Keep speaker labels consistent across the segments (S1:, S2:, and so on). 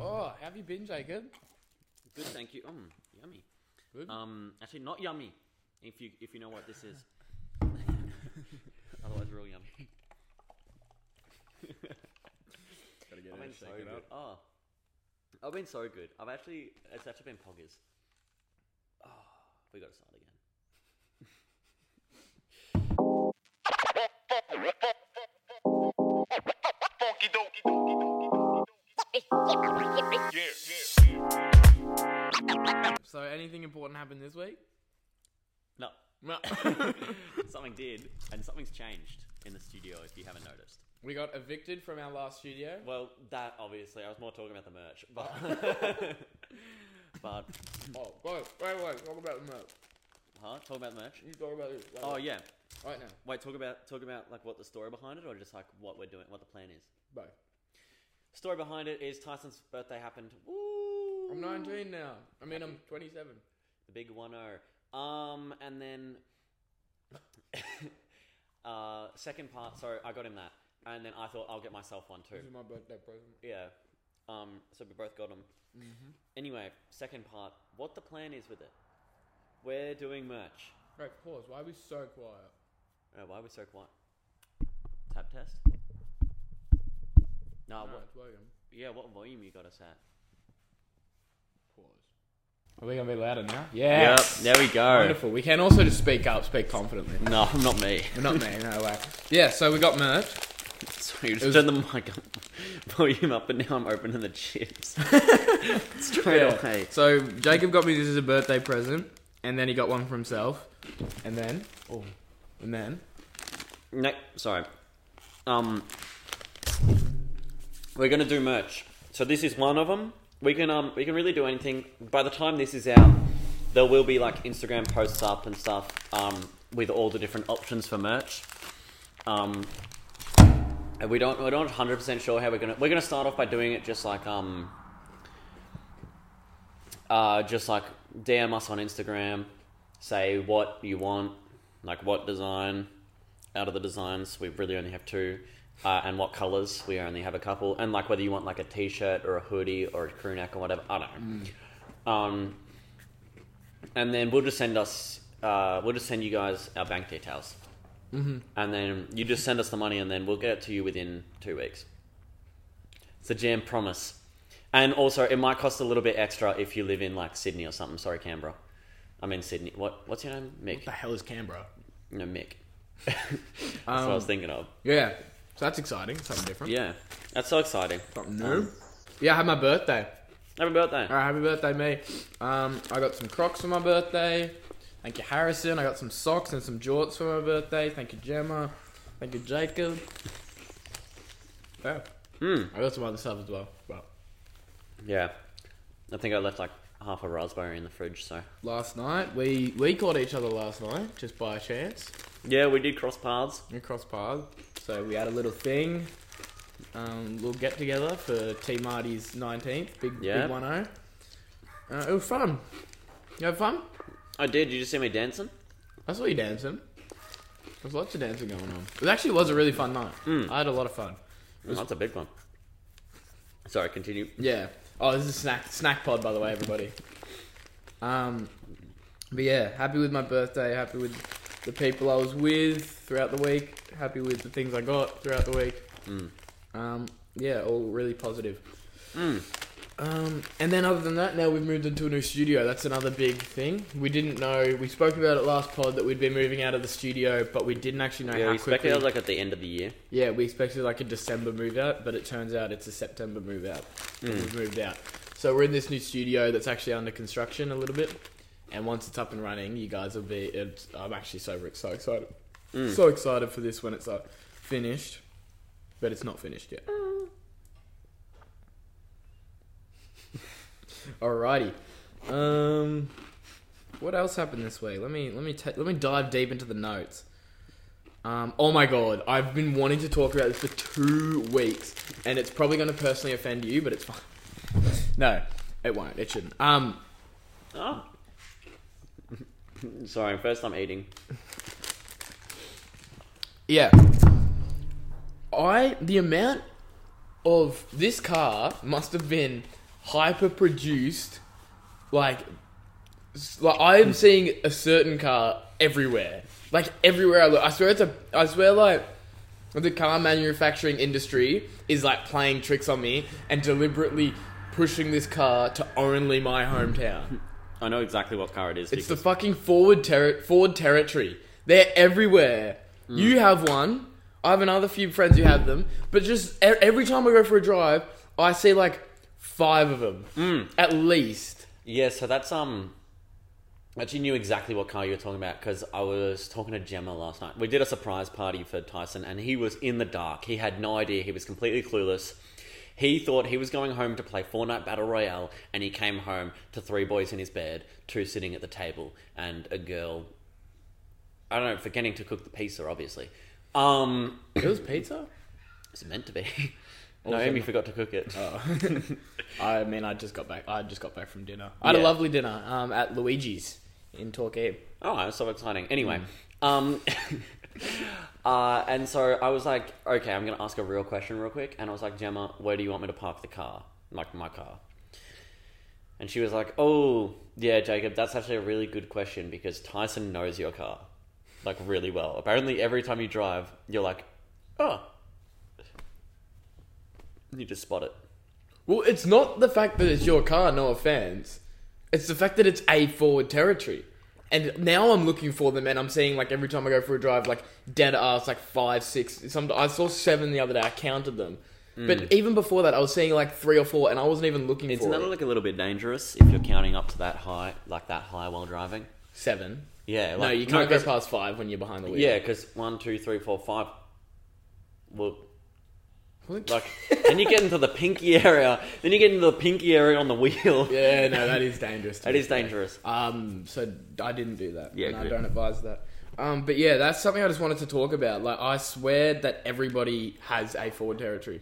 S1: Oh, have you been, Jacob?
S2: Good, thank you. Um, yummy.
S1: Good.
S2: Um, actually, not yummy. If you if you know what this is, otherwise real yummy.
S3: Gotta get
S2: I've
S3: in
S2: been
S3: and
S2: so
S3: shake it
S2: good.
S3: up.
S2: Oh, I've been so good. I've actually it's actually been poggers. Oh, we got to start again.
S1: so, anything important happened this week?
S2: No,
S1: No.
S2: something did, and something's changed in the studio. If you haven't noticed,
S1: we got evicted from our last studio.
S2: well, that obviously I was more talking about the merch, but but
S1: Oh, wait, wait, wait. Talk about the merch.
S2: huh? Talk about merch.
S1: You talk about it. right
S2: Oh
S1: now.
S2: yeah.
S1: Right now.
S2: Wait, talk about talk about like what the story behind it, or just like what we're doing, what the plan is.
S1: Bye.
S2: Story behind it is Tyson's birthday happened. Woo!
S1: I'm 19 now. I mean, I'm 27.
S2: The big one zero. Um, and then uh, second part. Sorry, I got him that, and then I thought I'll get myself one
S1: This is
S2: too.
S1: my birthday present.
S2: Yeah. Um. So we both got them. Anyway, second part. What the plan is with it? We're doing merch.
S1: Right, pause. Why are we so quiet?
S2: Uh, why are we so quiet? Tab test. No.
S1: Oh,
S2: what,
S1: it's William.
S2: yeah. What volume you got us at?
S1: Pause. Are we gonna be louder now?
S2: Yep,
S1: Yes.
S2: there we go.
S1: Wonderful. We can also just speak up, speak confidently.
S2: No, not me.
S1: Not me, no way. Yeah, so we got merch.
S2: Sorry, you just
S1: was-
S2: turned the mic up, volume up, and now I'm opening the chips. Straight away.
S1: So Jacob got me this as a birthday present, and then he got one for himself, and then oh, and then
S2: No, sorry. Um, we're gonna do merch. So this is one of them. We can um, we can really do anything. By the time this is out, there will be like Instagram posts up and stuff. Um, with all the different options for merch. Um, and we don't we're not hundred percent sure how we're gonna we're gonna start off by doing it just like um. Uh, just like DM us on Instagram, say what you want, like what design, out of the designs, we really only have two. Uh, and what colors? We only have a couple. And like whether you want like a t-shirt or a hoodie or a crew neck or whatever, I don't know. Um, and then we'll just send us, uh, we'll just send you guys our bank details, mm-hmm. and then you just send us the money, and then we'll get it to you within two weeks. It's a jam promise. And also, it might cost a little bit extra if you live in like Sydney or something. Sorry, Canberra. I'm in Sydney. What? What's your name? Mick.
S1: the hell is Canberra?
S2: No, Mick. That's what I was thinking of.
S1: Yeah, so that's exciting. Something different.
S2: Um, Yeah, that's so exciting.
S1: Something new. Yeah, I had my birthday.
S2: Happy birthday.
S1: All right, happy birthday, me. Um, I got some Crocs for my birthday. Thank you, Harrison. I got some socks and some jorts for my birthday. Thank you, Gemma. Thank you, Jacob. Yeah. I got some other stuff as well. Well,
S2: Yeah, I think I left like half a raspberry in the fridge. So
S1: last night we we caught each other last night just by chance.
S2: yeah, we did cross paths.
S1: We crossed paths, so we had a little thing. Um, little get together for T Marty's nineteenth, big
S2: Yeah.
S1: big one zero. Uh, it was fun. You had fun?
S2: I did. You just see me dancing.
S1: I saw you dancing. There's lots of dancing going on. It actually was a really fun night. I had a lot of fun.
S2: Oh, that's a big one. Sorry, continue.
S1: Yeah. Oh, this is snack snack pod, by the way, everybody. Um, but yeah, happy with my birthday. Happy with the people I was with throughout the week. Happy with the things I got throughout the week.
S2: Mm.
S1: Um, yeah, all really positive.
S2: Mm.
S1: Um, and then other than that, now we've moved into a new studio. That's another big thing. We didn't know. We spoke about it last pod that we'd be moving out of the studio, but we didn't actually know
S2: Yeah,
S1: how
S2: we expected
S1: quickly.
S2: it was like at the end of the year.
S1: Yeah, we expected like a December move out, but it turns out it's a September move out. that We've moved out. So we're in this new studio that's actually under construction a little bit. And once it's up and running, you guys will be. It's, I'm actually so, so excited. So excited for this when it's like, finished. But it's not finished yet. Alrighty. Um, what else happened this week? Let me let me ta- let me dive deep into the notes. Um, oh my god, I've been wanting to talk about this for two weeks, and it's probably going to personally offend you, but it's fine. No, it won't. It shouldn't. Um,
S2: Oh. Sorry, first time eating.
S1: yeah, I the amount of this car must have been hyper produced, like, s- like I am seeing a certain car everywhere. Like everywhere I look, I swear it's a. I swear like the car manufacturing industry is like playing tricks on me and deliberately pushing this car to only my hometown.
S2: I know exactly what car it is.
S1: It's the
S2: because
S1: fucking forward terri Ford territory. They're everywhere. You have one. I have another few friends who have them. But just e- every time I go for a drive, I see like five of them at least.
S2: yeah, so that's um. I Actually, knew exactly what car you were talking about because I was talking to Gemma last night. We did a surprise party for Tyson, and he was in the dark. He had no idea. He was completely clueless. He thought he was going home to play Fortnite Battle Royale, and he came home to three boys in his bed, two sitting at the table, and a girl. I don't know, forgetting to cook the pizza, obviously. Um,
S1: It was pizza.
S2: it's meant to be. no, Amy forgot to cook it.
S1: I mean, I just got back. I just got back from dinner. I had a
S2: Yeah.
S1: lovely dinner um, at Luigi's in Torquay.
S2: Oh, that's so exciting. Anyway, um, uh, and so I was like, okay, I'm gonna ask a real question real quick, and I was like, Gemma, where do you want me to park the car, like my car? And she was like, oh, yeah, Jacob, that's actually a really good question because Tyson knows your car, like really well. Apparently, every time you drive, you're like, oh, you just spot it.
S1: Well, it's not the fact that it's your car, no offense. It's the fact that it's a forward territory. And now I'm looking for them, and I'm seeing like every time I go for a drive, like dead ass, like five, six. Some I saw seven the other day. I counted them, but even before that, I was seeing like three or four, and I wasn't even looking
S2: Mm. It's
S1: for
S2: not
S1: it.
S2: like a little bit dangerous if you're counting up to that high, like that high while driving.
S1: seven.
S2: Yeah, like,
S1: No, you can't
S2: 'cause-
S1: go past five when you're behind the wheel.
S2: Yeah, because one, two, three, four, five. Well,
S1: What?
S2: like, then you get into the pinky area. Then you get into the pinky area on the wheel.
S1: yeah, no, that is dangerous. to
S2: That
S1: me.
S2: is dangerous.
S1: Um, so I didn't do that.
S2: Yeah,
S1: and I
S2: good.
S1: don't advise that. Um, but yeah, that's something I just wanted to talk about. Like, I swear that everybody has a forward territory.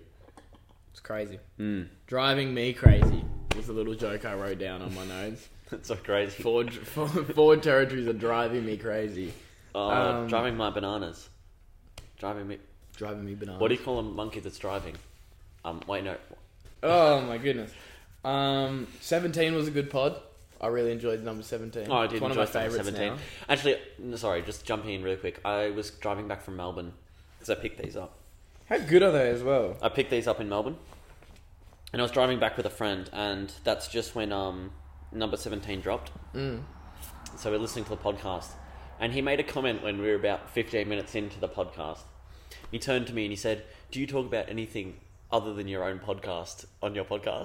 S1: It's crazy.
S2: Hmm.
S1: Driving me crazy was a little joke I wrote down on my notes.
S2: That's so crazy.
S1: Forward, forward, forward territories are driving me crazy.
S2: Uh,
S1: um,
S2: driving my bananas. Driving me.
S1: Driving me bananas.
S2: What do you call a monkey that's driving? Um, wait, no.
S1: oh my goodness. Um, seventeen was a good pod. I really enjoyed number seventeen.
S2: Oh, I
S1: It's
S2: did
S1: one
S2: enjoy
S1: of my favorites
S2: seventeen.
S1: now.
S2: Actually, no, sorry. Just jumping in really quick. I was driving back from Melbourne because I picked these up.
S1: How good are they as well?
S2: I picked these up in Melbourne, and I was driving back with a friend, and that's just when um, number seventeen dropped.
S1: Mm.
S2: So we're listening to the podcast, and he made a comment when we were about fifteen minutes into the podcast. He turned to me and he said, "Do you talk about anything other than your own podcast on your podcast?"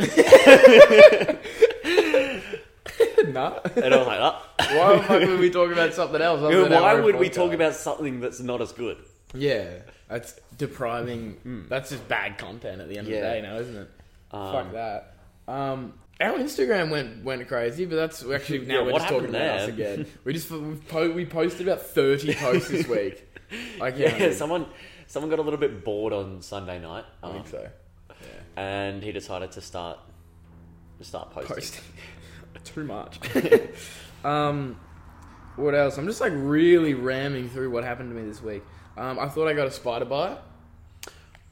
S1: no.
S2: and I was like, "Ah,
S1: Why the fuck would we talk about something else? other than
S2: "Why
S1: our own
S2: would we
S1: podcast?
S2: talk about something that's not as good?"
S1: Yeah, that's depriving. That's just bad content at the end of the
S2: Hmm. Yeah.
S1: day, now, isn't it?
S2: Um,
S1: Fuck that. Um, our Instagram went went crazy, but that's actually now
S2: Yeah,
S1: we're
S2: what
S1: just talking
S2: happened
S1: about us
S2: there?
S1: again. We just we, po- we posted about thirty posts this week. I can't
S2: Yeah, someone, someone got a little bit bored on Sunday night,
S1: I
S2: um,
S1: think so.
S2: and he decided to start, start posting.
S1: Posting too much. um, what else? I'm just like really ramming through what happened to me this week. Um, I thought I got a spider bite.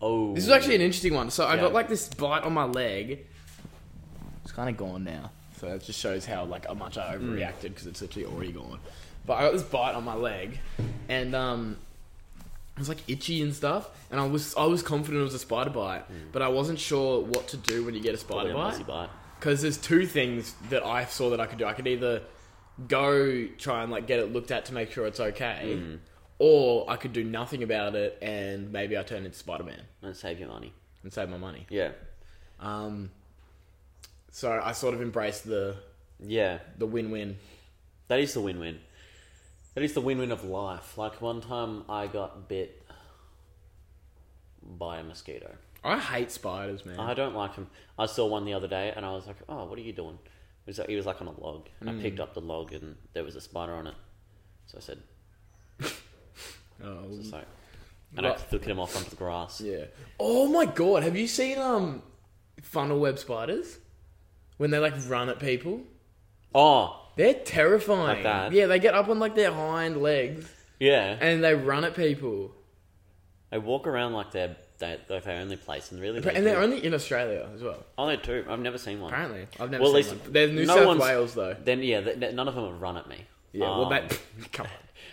S2: Oh,
S1: This is actually an interesting one. So I
S2: Yeah.
S1: got like this bite on my leg. It's kind of gone now. So that just shows how like how much I
S2: Mm.
S1: overreacted because it's literally already gone. But I got this bite on my leg, and um, it was like itchy and stuff. And I was I was confident it was a spider bite, but I wasn't sure what to do when you get a
S2: Mm. Probably
S1: spider
S2: a
S1: bite.
S2: muzzy bite.
S1: Because there's two things that I saw that I could do. I could either go try and like get it looked at to make sure it's okay,
S2: Mm.
S1: or I could do nothing about it and maybe I turn into Spider Man
S2: and save your money.
S1: and save my money.
S2: Yeah,
S1: Um, so I sort of embraced the
S2: yeah.
S1: the win win.
S2: That is the win-win. That is the win-win of life. Like one time, I got bit by a mosquito.
S1: I hate spiders, man.
S2: I don't like him. I saw one the other day, and I was like, "Oh, what are you doing?" It was like, he was like on a log, and
S1: Hmm.
S2: I picked up the log, and there was a spider on it. So I said,
S1: Oh,
S2: "It's like," and I
S1: Right.
S2: flicked him off onto the grass.
S1: yeah. Oh my god, have you seen um funnel web spiders? When they like run at people,
S2: Oh,
S1: they're terrifying.
S2: Like that?
S1: Yeah, they get up on like their hind legs
S2: yeah.
S1: and they run at people.
S2: They walk around like they're they, they're their only place, and really,
S1: And they're only in Australia as well.
S2: only two. I've never seen one.
S1: Apparently, I've never
S2: Well, at
S1: seen
S2: least
S1: one. They're New
S2: no
S1: South
S2: one's-
S1: Wales though.
S2: Then yeah, th- th- none of them have run at me.
S1: Yeah, well,
S2: Um,
S1: that come on.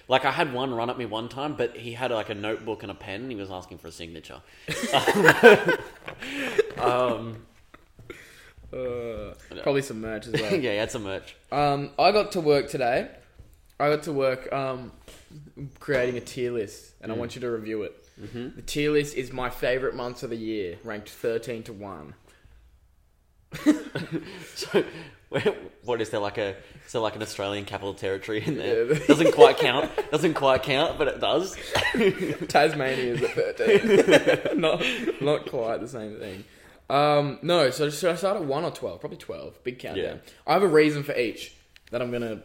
S2: Like I had one run at me one time, but he had like a notebook and a pen. and He was asking for a signature. um,
S1: Uh, probably some merch as well.
S2: yeah, he had some merch.
S1: Um, I got to work today. I got to work um, creating a tier list, and I want you to review it. The tier list is my favorite months of the year, ranked thirteen to one.
S2: So, what is there like a so like an Australian capital territory in there?
S1: Yeah.
S2: Doesn't quite count. Doesn't quite count, but it does.
S1: Tasmania is at thirteen. not, not quite the same thing. Um, no, so should I start at one or twelve? Probably twelve. Big countdown. I have a reason for each that I'm gonna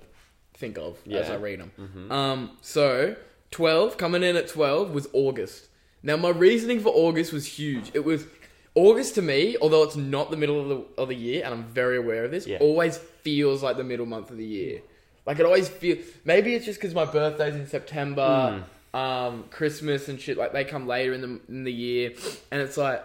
S1: think of as
S2: Yeah.
S1: I read them. Um, so twelve coming in at twelve was August. Now my reasoning for August was huge. It was August to me, although it's not the middle of the, of the year, and I'm very aware of this.
S2: Yeah.
S1: Always feels like the middle month of the year. Like it always feels. Maybe it's just because my birthday's in September um, Christmas and shit. Like they come later in the in the year, and it's like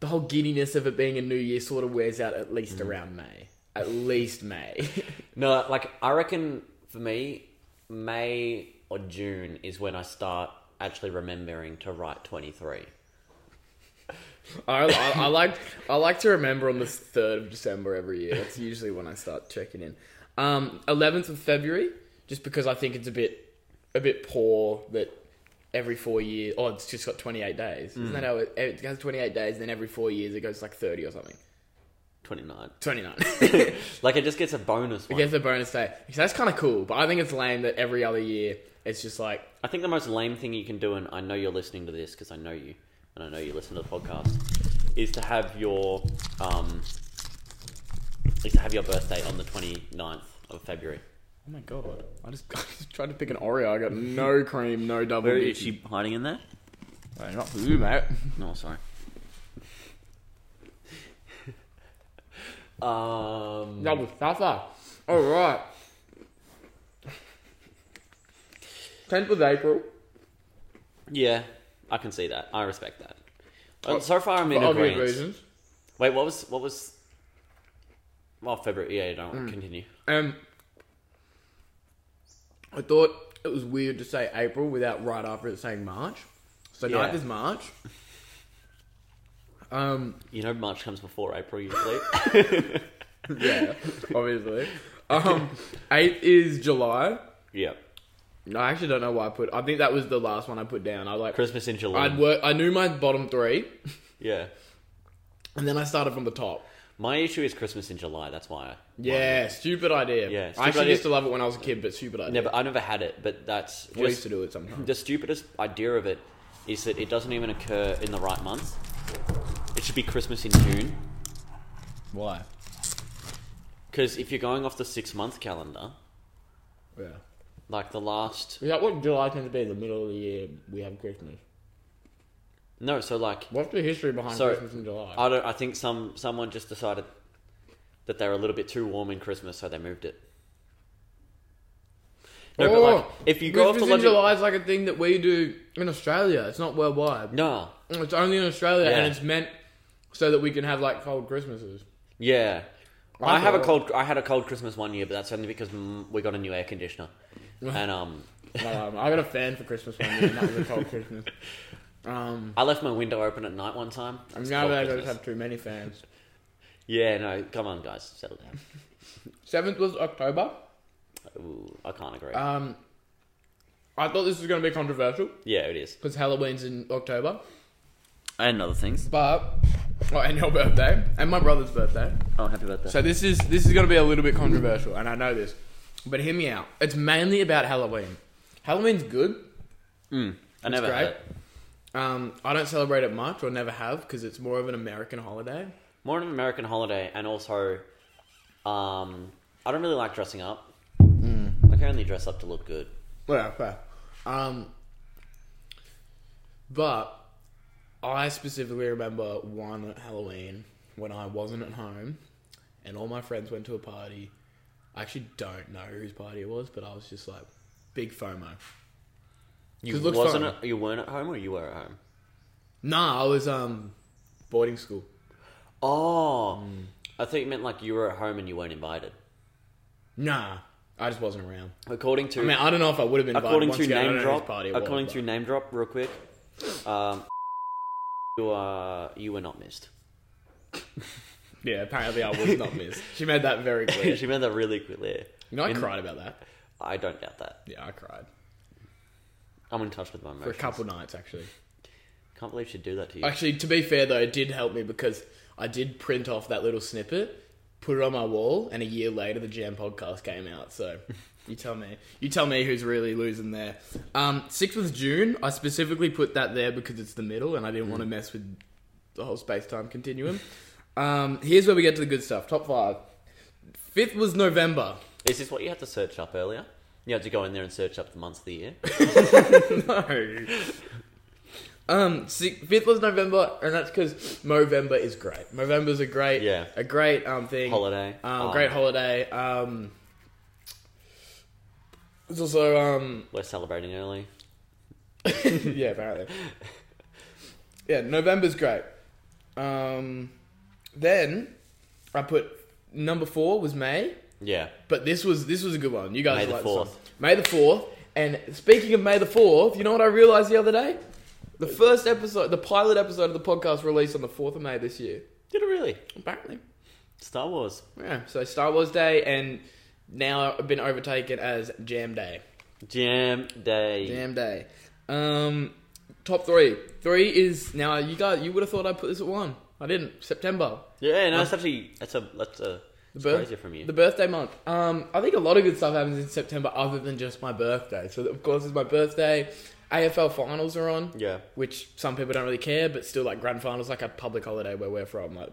S1: the whole giddiness of it being a new year sort of wears out at least around May. At least May.
S2: No, like I reckon for me, May or June is when I start actually remembering to write twenty three.
S1: I, I, I like I like to remember on the third of December every year. That's usually when I start checking in. Um, 11th of February, just because I think it's a bit a bit poor that every four years. Oh, it's just got 28 days. Isn't that how it, it has 28 days? Then every four years it goes like 30 or something.
S2: 29.
S1: 29.
S2: like it just gets a bonus one.
S1: It gets a bonus day. So that's kind of cool, but I think it's lame that every other year it's just like,
S2: I think the most lame thing you can do, and I know you're listening to this because I know you, and I know you listen to the podcast, is to have your um, is to have your birthday on the 29th of February.
S1: oh my god, I just, I just tried to pick an Oreo. I got no cream, no double.
S2: Where is
S1: dippy.
S2: she hiding in there?
S1: Oh, not for you, mate.
S2: No, sorry. um,
S1: Double suffer. All right. 10th of April.
S2: yeah, I can see that. I respect that. Uh, so far, I'm in
S1: for obvious
S2: agreement.
S1: reasons.
S2: Wait, what was what was? Well, February. Yeah, don't continue.
S1: Um, I thought it was weird to say April without right after it saying March. So
S2: Yeah.
S1: 9th is March. Um,
S2: You know, March comes before April usually.
S1: yeah, obviously. Um, eighth is July.
S2: yeah.
S1: I actually don't know why I put. I think that was the last one I put down. I like.
S2: Christmas in July.
S1: I'd work. I knew my bottom three,
S2: yeah.
S1: and then I started from the top.
S2: My issue is Christmas in July. That's why I
S1: Yeah, stupid idea.
S2: Yeah,
S1: I
S2: stupid
S1: actually
S2: idea.
S1: used to love it when I was a kid, but stupid idea.
S2: never. I never had it, but that's
S1: I used
S2: just
S1: to do it sometimes.
S2: the stupidest idea of it is that it doesn't even occur in the right month. It should be Christmas in June
S1: Why?
S2: because if you're going off the six month calendar,
S1: Yeah.
S2: like the last
S1: Is that what July tends to be? The middle of the year we have Christmas.
S2: no, so like
S1: What's the history behind
S2: So-
S1: Christmas in July?
S2: I don't. I think some someone just decided that they were a little bit too warm in Christmas, so they moved it. No, but like if you go off the
S1: Oh, Christmas in July
S2: logic,
S1: is like a thing that we do in Australia. It's not worldwide.
S2: no,
S1: It's only in Australia,
S2: Yeah.
S1: and it's meant so that we can have like cold Christmases.
S2: Yeah.
S1: I
S2: I, have a
S1: thought-
S2: cold. I had a cold Christmas one year, but that's only because mm, we got a new air conditioner, and um,
S1: Um, I got a fan for Christmas one year, and that was a cold Christmas. Um,
S2: I left my window open at night one time.
S1: I'm
S2: It's
S1: now
S2: cold
S1: that I don't
S2: Christmas.
S1: have too many fans.
S2: Yeah, no, come on, guys, settle down.
S1: Seventh was October.
S2: Ooh, I can't agree.
S1: Um, I thought this was going to be controversial
S2: yeah, it is.
S1: because Halloween's in October,
S2: And other things.
S1: but oh, and your birthday and my brother's birthday.
S2: Oh, happy birthday.
S1: So this is this is going to be a little bit controversial, and I know this, but hear me out. It's mainly about Halloween. Halloween's good.
S2: mm, I
S1: It's
S2: never had
S1: great.
S2: it.
S1: Um, I don't celebrate it much, or never have, because it's more of an American holiday.
S2: More of an American holiday, and also, um, I don't really like dressing up.
S1: Mm.
S2: Like I only dress up to look good.
S1: Yeah, fair. Um, but I specifically remember one Halloween when I wasn't at home and all my friends went to a party. I actually don't know whose party it was, but I was just like, big FOMO.
S2: You
S1: 'Cause it looks
S2: wasn't
S1: fun.
S2: at- you weren't at home, or you were at home.
S1: Nah, I was um boarding school.
S2: Oh,
S1: Mm.
S2: I think it meant like you were at home and you weren't invited.
S1: Nah, I just wasn't around.
S2: According to
S1: I mean, I don't know if I would have been.
S2: according to
S1: invited once again, I
S2: name
S1: don't know whose
S2: drop,
S1: party it
S2: according
S1: was,
S2: to name drop, real quick, um, you uh, you were not missed.
S1: but- yeah, apparently I was not missed. She made that very clear.
S2: she made that really clear.
S1: You know, I
S2: In-
S1: cried about that.
S2: I don't doubt that.
S1: Yeah, I cried
S2: I'm in touch with my
S1: for a
S2: emotions.
S1: couple nights actually.
S2: Can't believe she'd do that to you.
S1: Actually, to be fair though, it did help me because I did print off that little snippet, put it on my wall, and a year later the Jam podcast came out. So you tell me, you tell me who's really losing there. Um, sixth of June, I specifically put that there because it's the middle, and I didn't want to mess with the whole space time continuum. Um, here's where we get to the good stuff. Top five. Fifth was November.
S2: Is this what you had to search up earlier? You had to go in there and search up the months of the year.
S1: no. Um, si- fifth was November, and that's because Movember is great. Movember's a great,
S2: Yeah.
S1: a great um thing.
S2: Holiday.
S1: um,
S2: Oh.
S1: great holiday. Um, it's also um,
S2: We're celebrating early.
S1: yeah, apparently, yeah, November's great. Um, then I put number four was May.
S2: Yeah.
S1: But this was this was a good one. You guys
S2: May the
S1: like this one.
S2: 4th.
S1: May the fourth. And speaking of May the fourth, you know what I realized the other day? The first episode, the pilot episode of the podcast released on the fourth of May this year.
S2: Did it really?
S1: Apparently,
S2: Star Wars.
S1: yeah. So Star Wars Day and now been overtaken as Jam Day.
S2: Jam day.
S1: Jam Day. Um, top three. Three is now. You guys, you would have thought I put this at one. I didn't. September.
S2: Yeah, no, it's actually that's a that's a
S1: The
S2: it's
S1: birth-
S2: crazy from you.
S1: The birthday month. Um, I think a lot of good stuff happens in September other than just my birthday. So, of course, it's my birthday. AFL finals are on,
S2: yeah.
S1: which some people don't really care, but still, like, grand finals, like a public holiday where we're from. Like,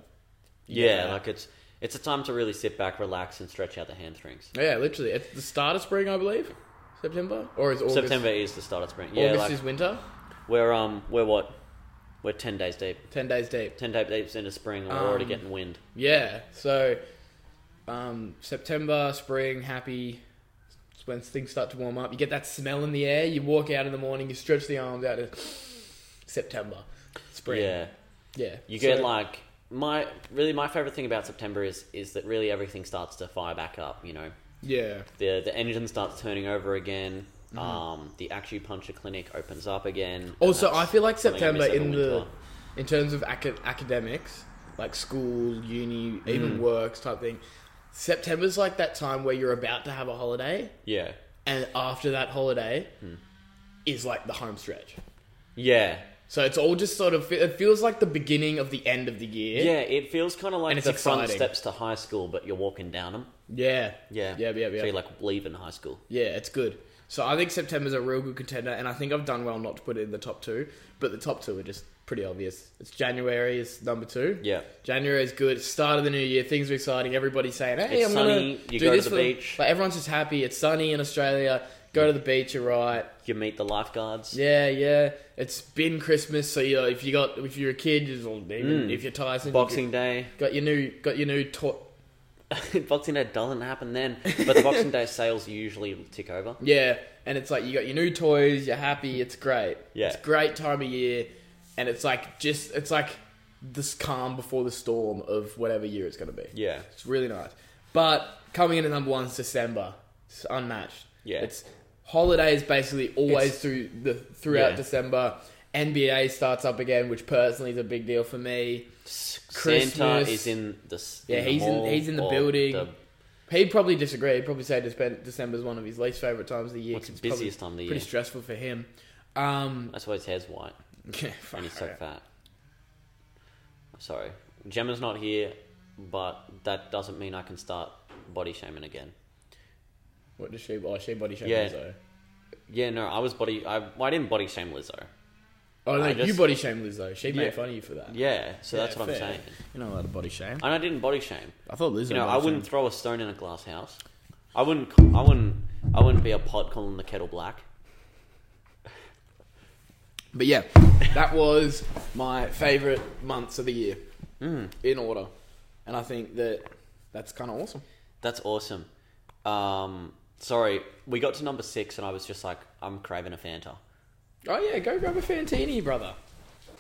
S2: yeah,
S1: Yeah.
S2: Like it's it's a time to really sit back, relax, and stretch out the hamstrings.
S1: yeah, literally. It's the start of spring, I believe. September? Or is August?
S2: September is the start of spring. Yeah,
S1: August
S2: like
S1: is winter.
S2: we're um we're what we're ten days deep.
S1: 10 days deep.
S2: Ten days deep into spring, and we're already
S1: Um,
S2: getting wind.
S1: Yeah. So, um, September, spring, happy. It's when things start to warm up. You get that smell in the air. You walk out in the morning. You stretch the arms out. and September, spring.
S2: Yeah,
S1: Yeah.
S2: you get
S1: So-
S2: like my really my favorite thing about September is is that really everything starts to fire back up. You know,
S1: Yeah.
S2: the the engine starts turning over again.
S1: Mm-hmm.
S2: Um, the acupuncture clinic opens up again. and
S1: Also, I
S2: that's
S1: feel like
S2: something I
S1: September
S2: miss over
S1: in the
S2: winter.
S1: in terms of acad- academics, like school, uni,
S2: Mm.
S1: even works type thing. September's like that time where you're about to have a holiday,
S2: yeah
S1: and after that holiday
S2: Hmm.
S1: is like the home stretch.
S2: yeah
S1: So it's all just sort of it feels like the beginning of the end of the year.
S2: Yeah, it feels kind of like
S1: And it's
S2: the front
S1: exciting.
S2: steps to high school, but you're walking down them.
S1: Yeah.
S2: Yeah,
S1: Yeah, yeah, yeah.
S2: So you're like leaving high school.
S1: yeah, it's good. So I think September's a real good contender and I think I've done well not to put it in the top 2, but the top 2 are just pretty obvious. It's January is number 2.
S2: Yeah,
S1: January is good. It's start of the new year. Things are exciting. Everybody's saying, "Hey,
S2: It's
S1: I'm
S2: sunny,
S1: gonna
S2: you
S1: do
S2: go to
S1: this
S2: the
S1: for
S2: beach.
S1: Like everyone's just happy. It's sunny in Australia. Go to the beach. You're right.
S2: you meet the lifeguards.
S1: Yeah, yeah. It's been Christmas, so you know, if you got if you're a kid, it's all- even
S2: Mm.
S1: if you're Tyson,
S2: Boxing Day.
S1: got your new got your new to-
S2: Boxing Day doesn't happen then, but the Boxing Day sales usually tick over.
S1: Yeah, and it's like you got your new toys, you're happy, it's great.
S2: Yeah.
S1: It's a great time of year and it's like just it's like this calm before the storm of whatever year it's going to be.
S2: Yeah,
S1: It's really nice. But coming in at number 1 is December. It's unmatched.
S2: Yeah.
S1: It's holidays basically always
S2: It's-
S1: through the throughout
S2: Yeah.
S1: December. NBA starts up again, which personally is a big deal for me.
S2: S-
S1: Christmas.
S2: Santa is in the s-
S1: Yeah,
S2: the
S1: he's in-
S2: mall
S1: he's in the
S2: or
S1: building.
S2: the-
S1: He'd probably disagree. He'd probably say December December's one of his least favorite times of the year.
S2: What's
S1: 'cause
S2: the
S1: it's probably
S2: busiest time of the
S1: Pretty
S2: year?
S1: stressful for him. Um,
S2: That's why his hair's white
S1: yeah,
S2: and he's so
S1: fuck.
S2: fat. Sorry, Gemma's not here, but that doesn't mean I can start body shaming again.
S1: What does she? Oh, she body shamed
S2: Yeah.
S1: Lizzo.
S2: Yeah, no, I was body. I, well, I didn't body shame Lizzo.
S1: Oh no,
S2: I
S1: you
S2: just-
S1: body shamed Lizzo. She
S2: Yeah.
S1: made fun of you for that.
S2: Yeah, so
S1: Yeah,
S2: that's what
S1: fair.
S2: I'm saying.
S1: You're not allowed to body shame.
S2: And I didn't body shame.
S1: I thought Lizzo.
S2: You know, I
S1: body
S2: wouldn't
S1: shamed.
S2: throw a stone in a glass house. I wouldn't. c- I wouldn't. I wouldn't be a pot calling the kettle black.
S1: But yeah, that was my favorite months of the year
S2: Hmm.
S1: in order, and I think that that's kind of awesome.
S2: That's awesome. Um, sorry, we got to number six, and I was just like, I'm craving a Fanta.
S1: Oh yeah, go grab a Fantini, brother.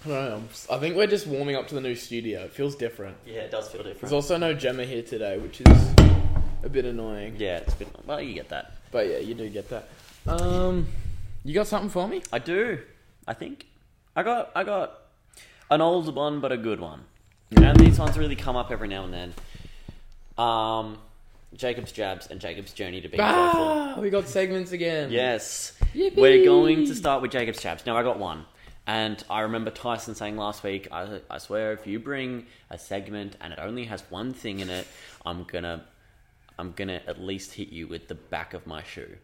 S1: I don't know. I'm s- I think we're just warming up to the new studio. It feels different.
S2: Yeah, it does feel different.
S1: There's also no Gemma here today, which is a bit annoying.
S2: yeah, it's been. Well, you get that.
S1: But yeah, you do get that. Um, you got something for me?
S2: I do. I think I got I got an old one but a good one, and these ones really come up every now and then. Um, Jacob's jabs and Jacob's journey to being joyful.
S1: Ah, we got segments again.
S2: Yes,
S1: Yippee.
S2: we're going to start with Jacob's jabs. Now I got one, and I remember Tyson saying last week, I, I swear if you bring a segment and it only has one thing in it, I'm gonna I'm gonna at least hit you with the back of my shoe.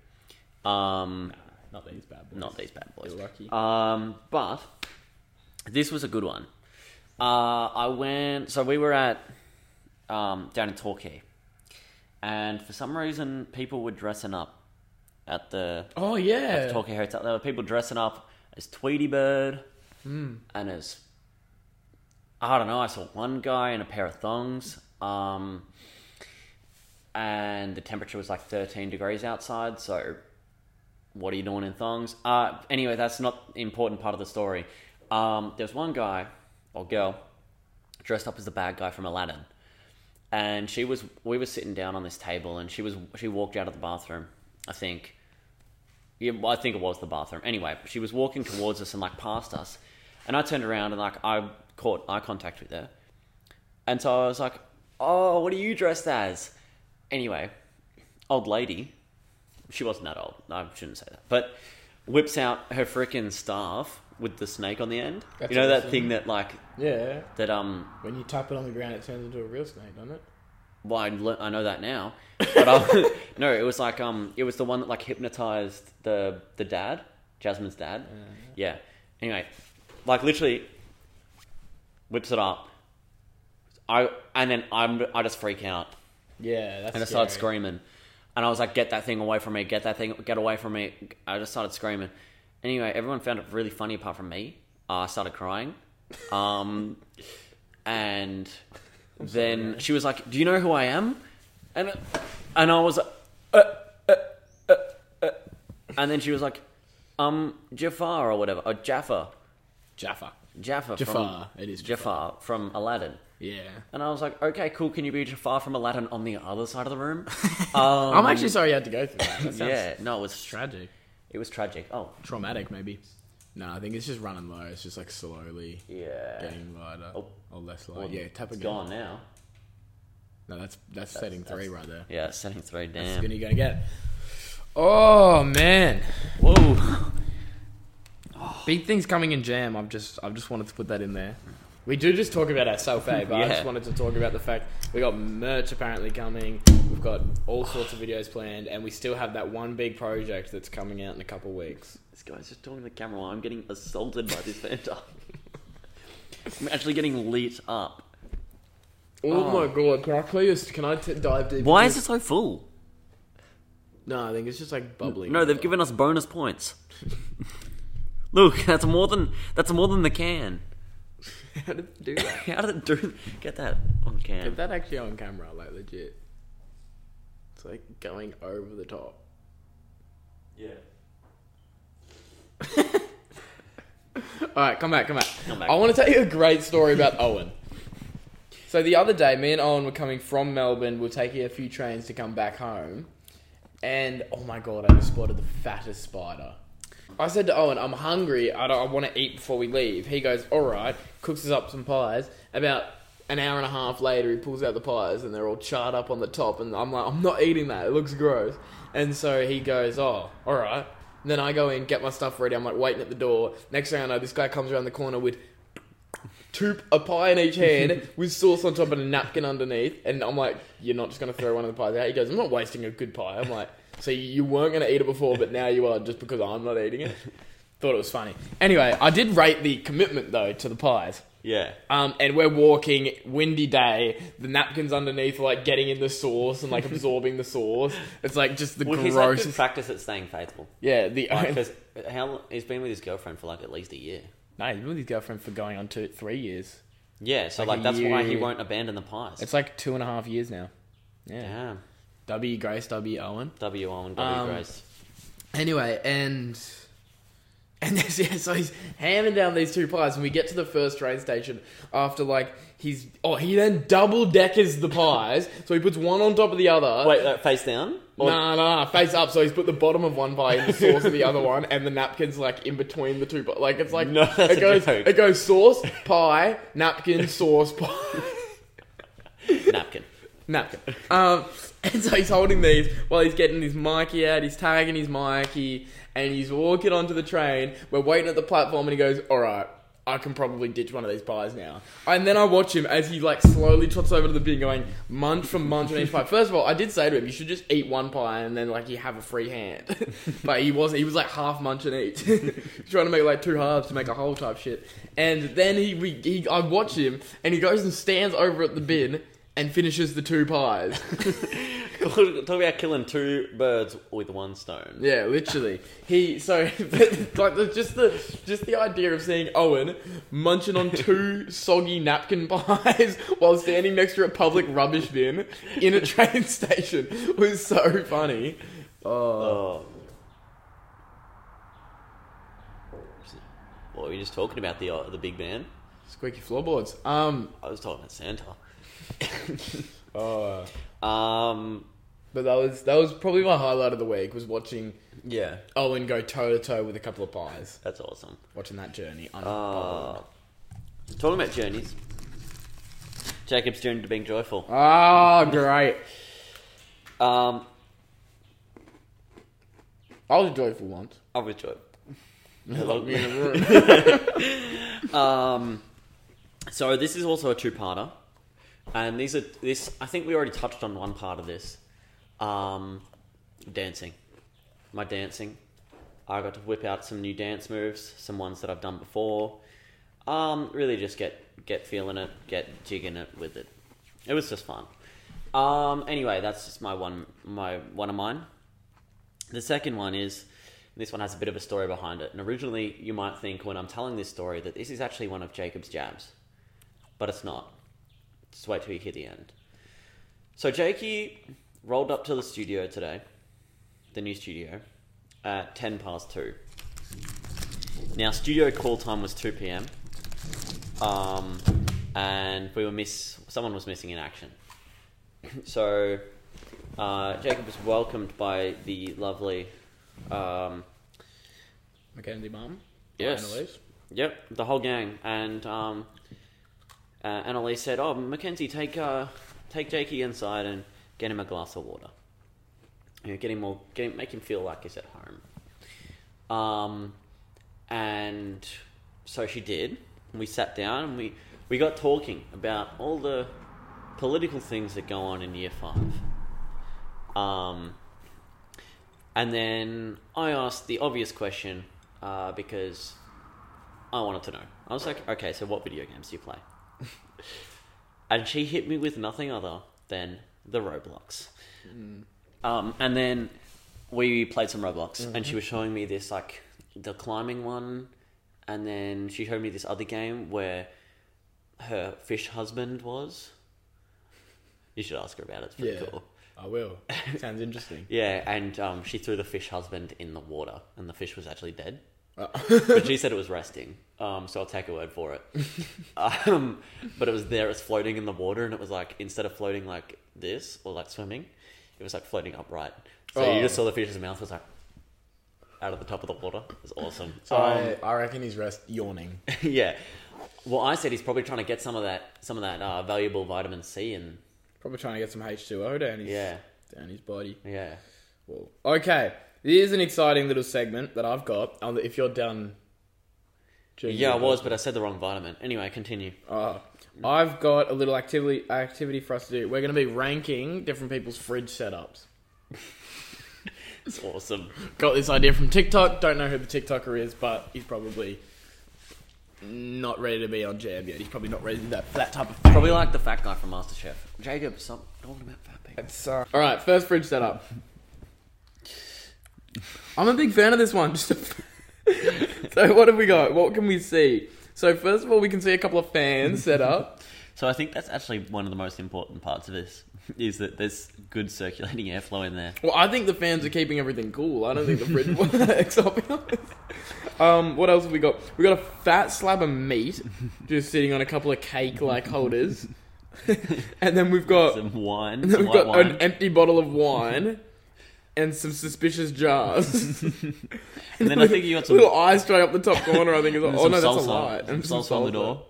S2: Um,
S1: Not these bad boys.
S2: not these bad boys.
S1: You're lucky.
S2: Um, but this was a good one. Uh, I went. So we were at um, down in Torquay, and for some reason, people were dressing up at the
S1: Oh
S2: at the
S1: yeah.
S2: Torquay Hotel. There were people dressing up as Tweety Bird and as I don't know. I saw one guy in a pair of thongs. Um, and the temperature was like 13 degrees outside, so what are you doing in thongs? Uh, anyway, that's not the important part of the story. Um, there's one guy or girl dressed up as the bad guy from Aladdin, and she was we were sitting down on this table, and she was she walked out of the bathroom, I think. Yeah, well, I think it was the bathroom. Anyway, she was walking towards us and like past us, and I turned around and like I caught eye contact with her, and so I was like, "Oh, what are you dressed as?" Anyway, old lady she wasn't that old. I shouldn't say that. But whips out her frickin' staff with the snake on the end.
S1: That's
S2: you know that
S1: awesome.
S2: thing that like
S1: Yeah.
S2: that um.
S1: When you tap it on the ground, it turns into a real snake, doesn't it?
S2: Well, I, le- I know that now. But um, no, it was like um, it was the one that like hypnotized the the dad, Jasmine's dad. Yeah. Anyway, like literally, whips it up. I and then I'm I just freak out.
S1: Yeah. That's
S2: and I started screaming. And I was like, "Get that thing away from me! Get that thing! Get away from me!" I just started screaming. Anyway, everyone found it really funny apart from me. Uh, I started crying, um, and then she was like, "Do you know who I am?" And and I was, like, uh, uh, uh, uh. and then she was like, "Um, Jafar or whatever, or Jaffa,
S1: Jaffa.
S2: Jaffa, from-
S1: Jafar. It is Jaffa.
S2: Jafar from Aladdin."
S1: Yeah.
S2: And I was like, "Okay, cool. Can you be Jafar from Aladdin on the other side of the room?" Um,
S1: I'm actually sorry you had to go through that. that sounds
S2: yeah, no, it was tra-
S1: Tragic.
S2: it was tragic. Oh,
S1: Traumatic, maybe. No, I think it's just running low. It's just like slowly
S2: yeah,
S1: getting lighter
S2: Oh.
S1: or less light.
S2: Well,
S1: yeah, tap
S2: it's
S1: again.
S2: gone now.
S1: No, that's that's, setting three
S2: that's-
S1: right there.
S2: Yeah, it's setting three
S1: It's
S2: down.
S1: gonna gonna get. Oh man,
S2: Whoa,
S1: big things coming in jam. I've just I've just wanted to put that in there. We do just talk about ourselves, eh? But I
S2: Yeah.
S1: just wanted to talk about the fact we got merch apparently coming. We've got all sorts of videos planned, and we still have that one big project that's coming out in a couple weeks.
S2: this guy's just talking to the camera. while I'm getting assaulted by this phantom. I'm actually getting lit up.
S1: Oh,
S2: Oh.
S1: my god! Can I please? Can I t- dive deep?
S2: Why
S1: into
S2: is it so full?
S1: No, I think it's just like bubbly.
S2: No, they've given us bonus points. Look, that's more than that's more than the can.
S1: How did they do that?
S2: How did it do? Get that on
S1: Get
S2: can.
S1: that actually on camera, like legit. It's like going over the top.
S2: Yeah.
S1: All right, come back, come back.
S2: Come back.
S1: I want to tell you a great story about Owen. So the other day, me and Owen were coming from Melbourne. We were taking a few trains to come back home, and oh my god, I just spotted the fattest spider. I said to Owen, "I'm hungry. I, don't- I want to eat before we leave." He goes, "All right." Cooks us up some pies. About an hour and a half later, he pulls out the pies, and they're all charred up on the top. And I'm like, "I'm not eating that. It looks gross." And so he goes, "Oh, all right." And then I go in, get my stuff ready. I'm like waiting at the door. Next thing I know, this guy comes around the corner with two a pie in each hand with sauce on top and a napkin underneath. And I'm like, you're not just gonna throw one of the pies out. He goes, I'm not wasting a good pie. I'm like, so you weren't gonna eat it before, but now you are just because I'm not eating it. Thought it was funny. Anyway, I did rate the commitment though to the pies.
S2: Yeah.
S1: Um, and we're walking, windy day. The napkins underneath are like getting in the sauce and like absorbing the sauce. It's like just the
S2: Well, he's like good
S1: grossest.
S2: practice at staying faithful.
S1: yeah, the
S2: Because how he's been with his girlfriend for like at least a year.
S1: no, he's been with his girlfriend for going on two, three years.
S2: Yeah, so
S1: Like
S2: like,
S1: a
S2: that's why he
S1: year.
S2: won't abandon the pies.
S1: It's like two and a half years now. Yeah.
S2: Damn.
S1: W Grace W Owen.
S2: W Owen W
S1: Um,
S2: Grace.
S1: Anyway, and And there's, yeah, so he's hammering down these two pies, and we get to the first train station after like he's oh he then double deckers the pies, so he puts one on top of the other.
S2: Wait, like, face down? Or-
S1: Nah, nah, face up. So he's put the bottom of one pie in the sauce of the other one, and the napkins like in between the two. pi- Like it's like
S2: No, that's
S1: it
S2: a
S1: goes
S2: joke.
S1: it goes sauce pie napkin sauce pie
S2: Napkin.
S1: napkin. Um, and so he's holding these while he's getting his Mikey out. He's tagging his Mikey, and he's walking onto the train. We're waiting at the platform, and he goes, "All right." I can probably ditch one of these pies now. And then I watch him as he like slowly trots over to the bin going munch from munch on each pie. First of all, I did say to him, you should just eat one pie and then like you have a free hand. but he wasn't. He was like half munching each. trying to make like two halves to make a whole type shit. And then he, we, he, I watch him and he goes and stands over at the bin and finishes the two pies.
S2: Talk about killing two birds with one stone.
S1: yeah, literally. He so but, like the, just the just the idea of seeing Owen munching on two soggy napkin pies while standing next to a public rubbish bin in a train station was so funny. Oh,
S2: Oh. What were you just talking about the uh, the big man?
S1: squeaky floorboards. Um,
S2: I was talking about Santa.
S1: oh.
S2: um,
S1: but that was that was probably my highlight of the week was watching
S2: yeah,
S1: Owen go toe to toe with a couple of pies.
S2: that's awesome.
S1: Watching that journey.
S2: Uh, talking about journeys, Jacob's journey to being joyful.
S1: Ah, great.
S2: Um,
S1: I was joyful once.
S2: I was joyful.
S1: Lock me in a room.
S2: Um, so this is also a two-parter, and these are this. I think we already touched on one part of this. Um, dancing, my dancing. I got to whip out some new dance moves, some ones that I've done before. Um, really just get get feeling it, get jigging it with it. It was just fun. Um, anyway, that's just my one my one of mine. The second one is this one has a bit of a story behind it. And originally, you might think when I'm telling this story that this is actually one of Jacob's jabs, but it's not. Just wait till you hear the end. So Jakey rolled up to the studio today, the new studio, at ten past two. Now studio call time was two p.m. Um, and we were miss someone was missing in action. so uh, Jacob was welcomed by the lovely um,
S1: Mackenzie mum.
S2: Yes. Yep, the whole gang. And um, uh, Annalise said, "Oh, Mackenzie, take uh, take Jakey inside and get him a glass of water. You know, get him all, get him, make him feel like he's at home." Um, and so she did. We sat down and we we got talking about all the political things that go on in year five. Um, and then I asked the obvious question uh, because I wanted to know. I was like, okay, so what video games do you play? and she hit me with nothing other than the Roblox. Um, and then we played some Roblox, and she was showing me this like the climbing one, and then she showed me this other game where her fish husband was. You should ask her about it. It's pretty
S1: Yeah.
S2: cool.
S1: I will. Sounds interesting.
S2: Yeah, and um, she threw the fish husband in the water, and the fish was actually dead.
S1: Oh.
S2: but she said it was resting, um, so I'll take her word for it. um, but it was there, it was floating in the water, and it was like instead of floating like this or like swimming, it was like floating upright. So
S1: Oh.
S2: you just saw the fish's mouth was like out of the top of the water. It was awesome. Um,
S1: I, I reckon he's rest yawning.
S2: yeah. Well, I said he's probably trying to get some of that, some of that uh, valuable vitamin C, and
S1: Probably trying to get some H2O down his
S2: yeah,
S1: down his body.
S2: yeah.
S1: Well, okay. Here's an exciting little segment that I've got. Um, If you're done, during
S2: Yeah, I
S1: your-
S2: was, but I said the wrong vitamin. Anyway, continue.
S1: Uh, I've got a little activity activity for us to do. We're going to be ranking different people's fridge setups.
S2: It's
S1: Oh.
S2: awesome.
S1: Got this idea from TikTok. Don't know who the TikToker is, but he's probably not ready to be on jam yet. He's probably not ready to do that, for that type of
S2: Probably like the fat guy from MasterChef. Jacob, stop talking about fat people.
S1: All right, first fridge setup. I'm a big fan of this one. Just a- so, what have we got? What can we see? So, first of all, we can see a couple of fans set up.
S2: So I think that's actually one of the most important parts of this, is that there's good circulating airflow in there.
S1: Well, I think the fans are keeping everything cool. I don't think the fridge works. I'll be honest. Um, what else have we got? We got a fat slab of meat just sitting on a couple of cake like holders, and then we've got
S2: Some wine.
S1: and
S2: Some
S1: then we've
S2: white
S1: got
S2: wine.
S1: an empty bottle of wine. And some suspicious jars.
S2: and then I think you got some,
S1: Little eyes straight up the top corner. I think is. Oh
S2: and
S1: no,
S2: some
S1: that's a
S2: salsa.
S1: light.
S2: Some
S1: And some
S2: salsa on the door.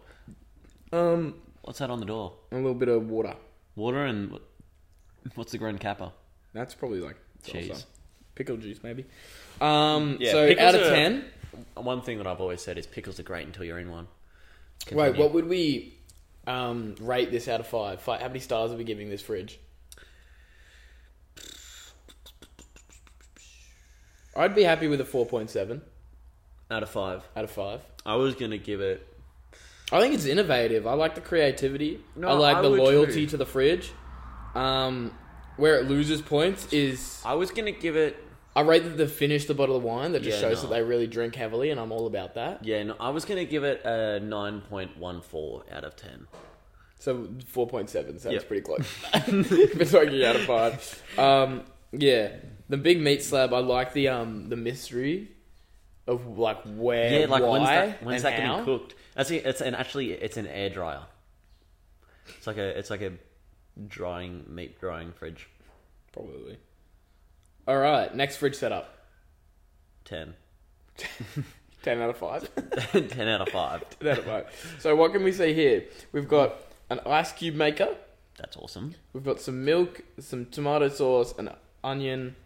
S1: Um,
S2: What's that on the door?
S1: a little bit of water.
S2: Water and wh- what's the Grand Kappa?
S1: That's probably like salsa.
S2: Cheese.
S1: pickle juice maybe. Um,
S2: Yeah,
S1: so
S2: pickles
S1: out of
S2: are-
S1: ten,
S2: One thing that I've always said is pickles are great until you're in one.
S1: wait,
S2: Continue.
S1: what would we um, rate this out of five? Fi- How many stars are we giving this fridge? I'd be happy with a four point seven
S2: Out of five,
S1: out of five.
S2: I was gonna give it.
S1: I think it's innovative. I like the creativity.
S2: No,
S1: I like
S2: I
S1: the
S2: would
S1: loyalty
S2: too.
S1: to the fridge. Um, where it loses points is
S2: I was gonna give it.
S1: I rate that they finished the bottle of wine. That just
S2: Yeah,
S1: shows
S2: no.
S1: that they really drink heavily, and I'm all about that.
S2: Yeah, no, I was gonna give it a nine point one four out of ten.
S1: So four point seven sounds
S2: Yep.
S1: pretty close. if it's talking out of five. Um, yeah, the big meat slab. I like the um the mystery of like where,
S2: Yeah, like
S1: why,
S2: when's that, when's
S1: and
S2: that gonna
S1: how.
S2: be cooked? That's it, it's an actually it's an air dryer. It's like a it's like a drying meat drying fridge.
S1: Probably. All right, next fridge setup.
S2: Ten.
S1: Ten out of five.
S2: 10 out of five.
S1: Ten out of five. So what can we see here? We've got an ice cube maker.
S2: That's awesome.
S1: We've got some milk, some tomato sauce, an onion,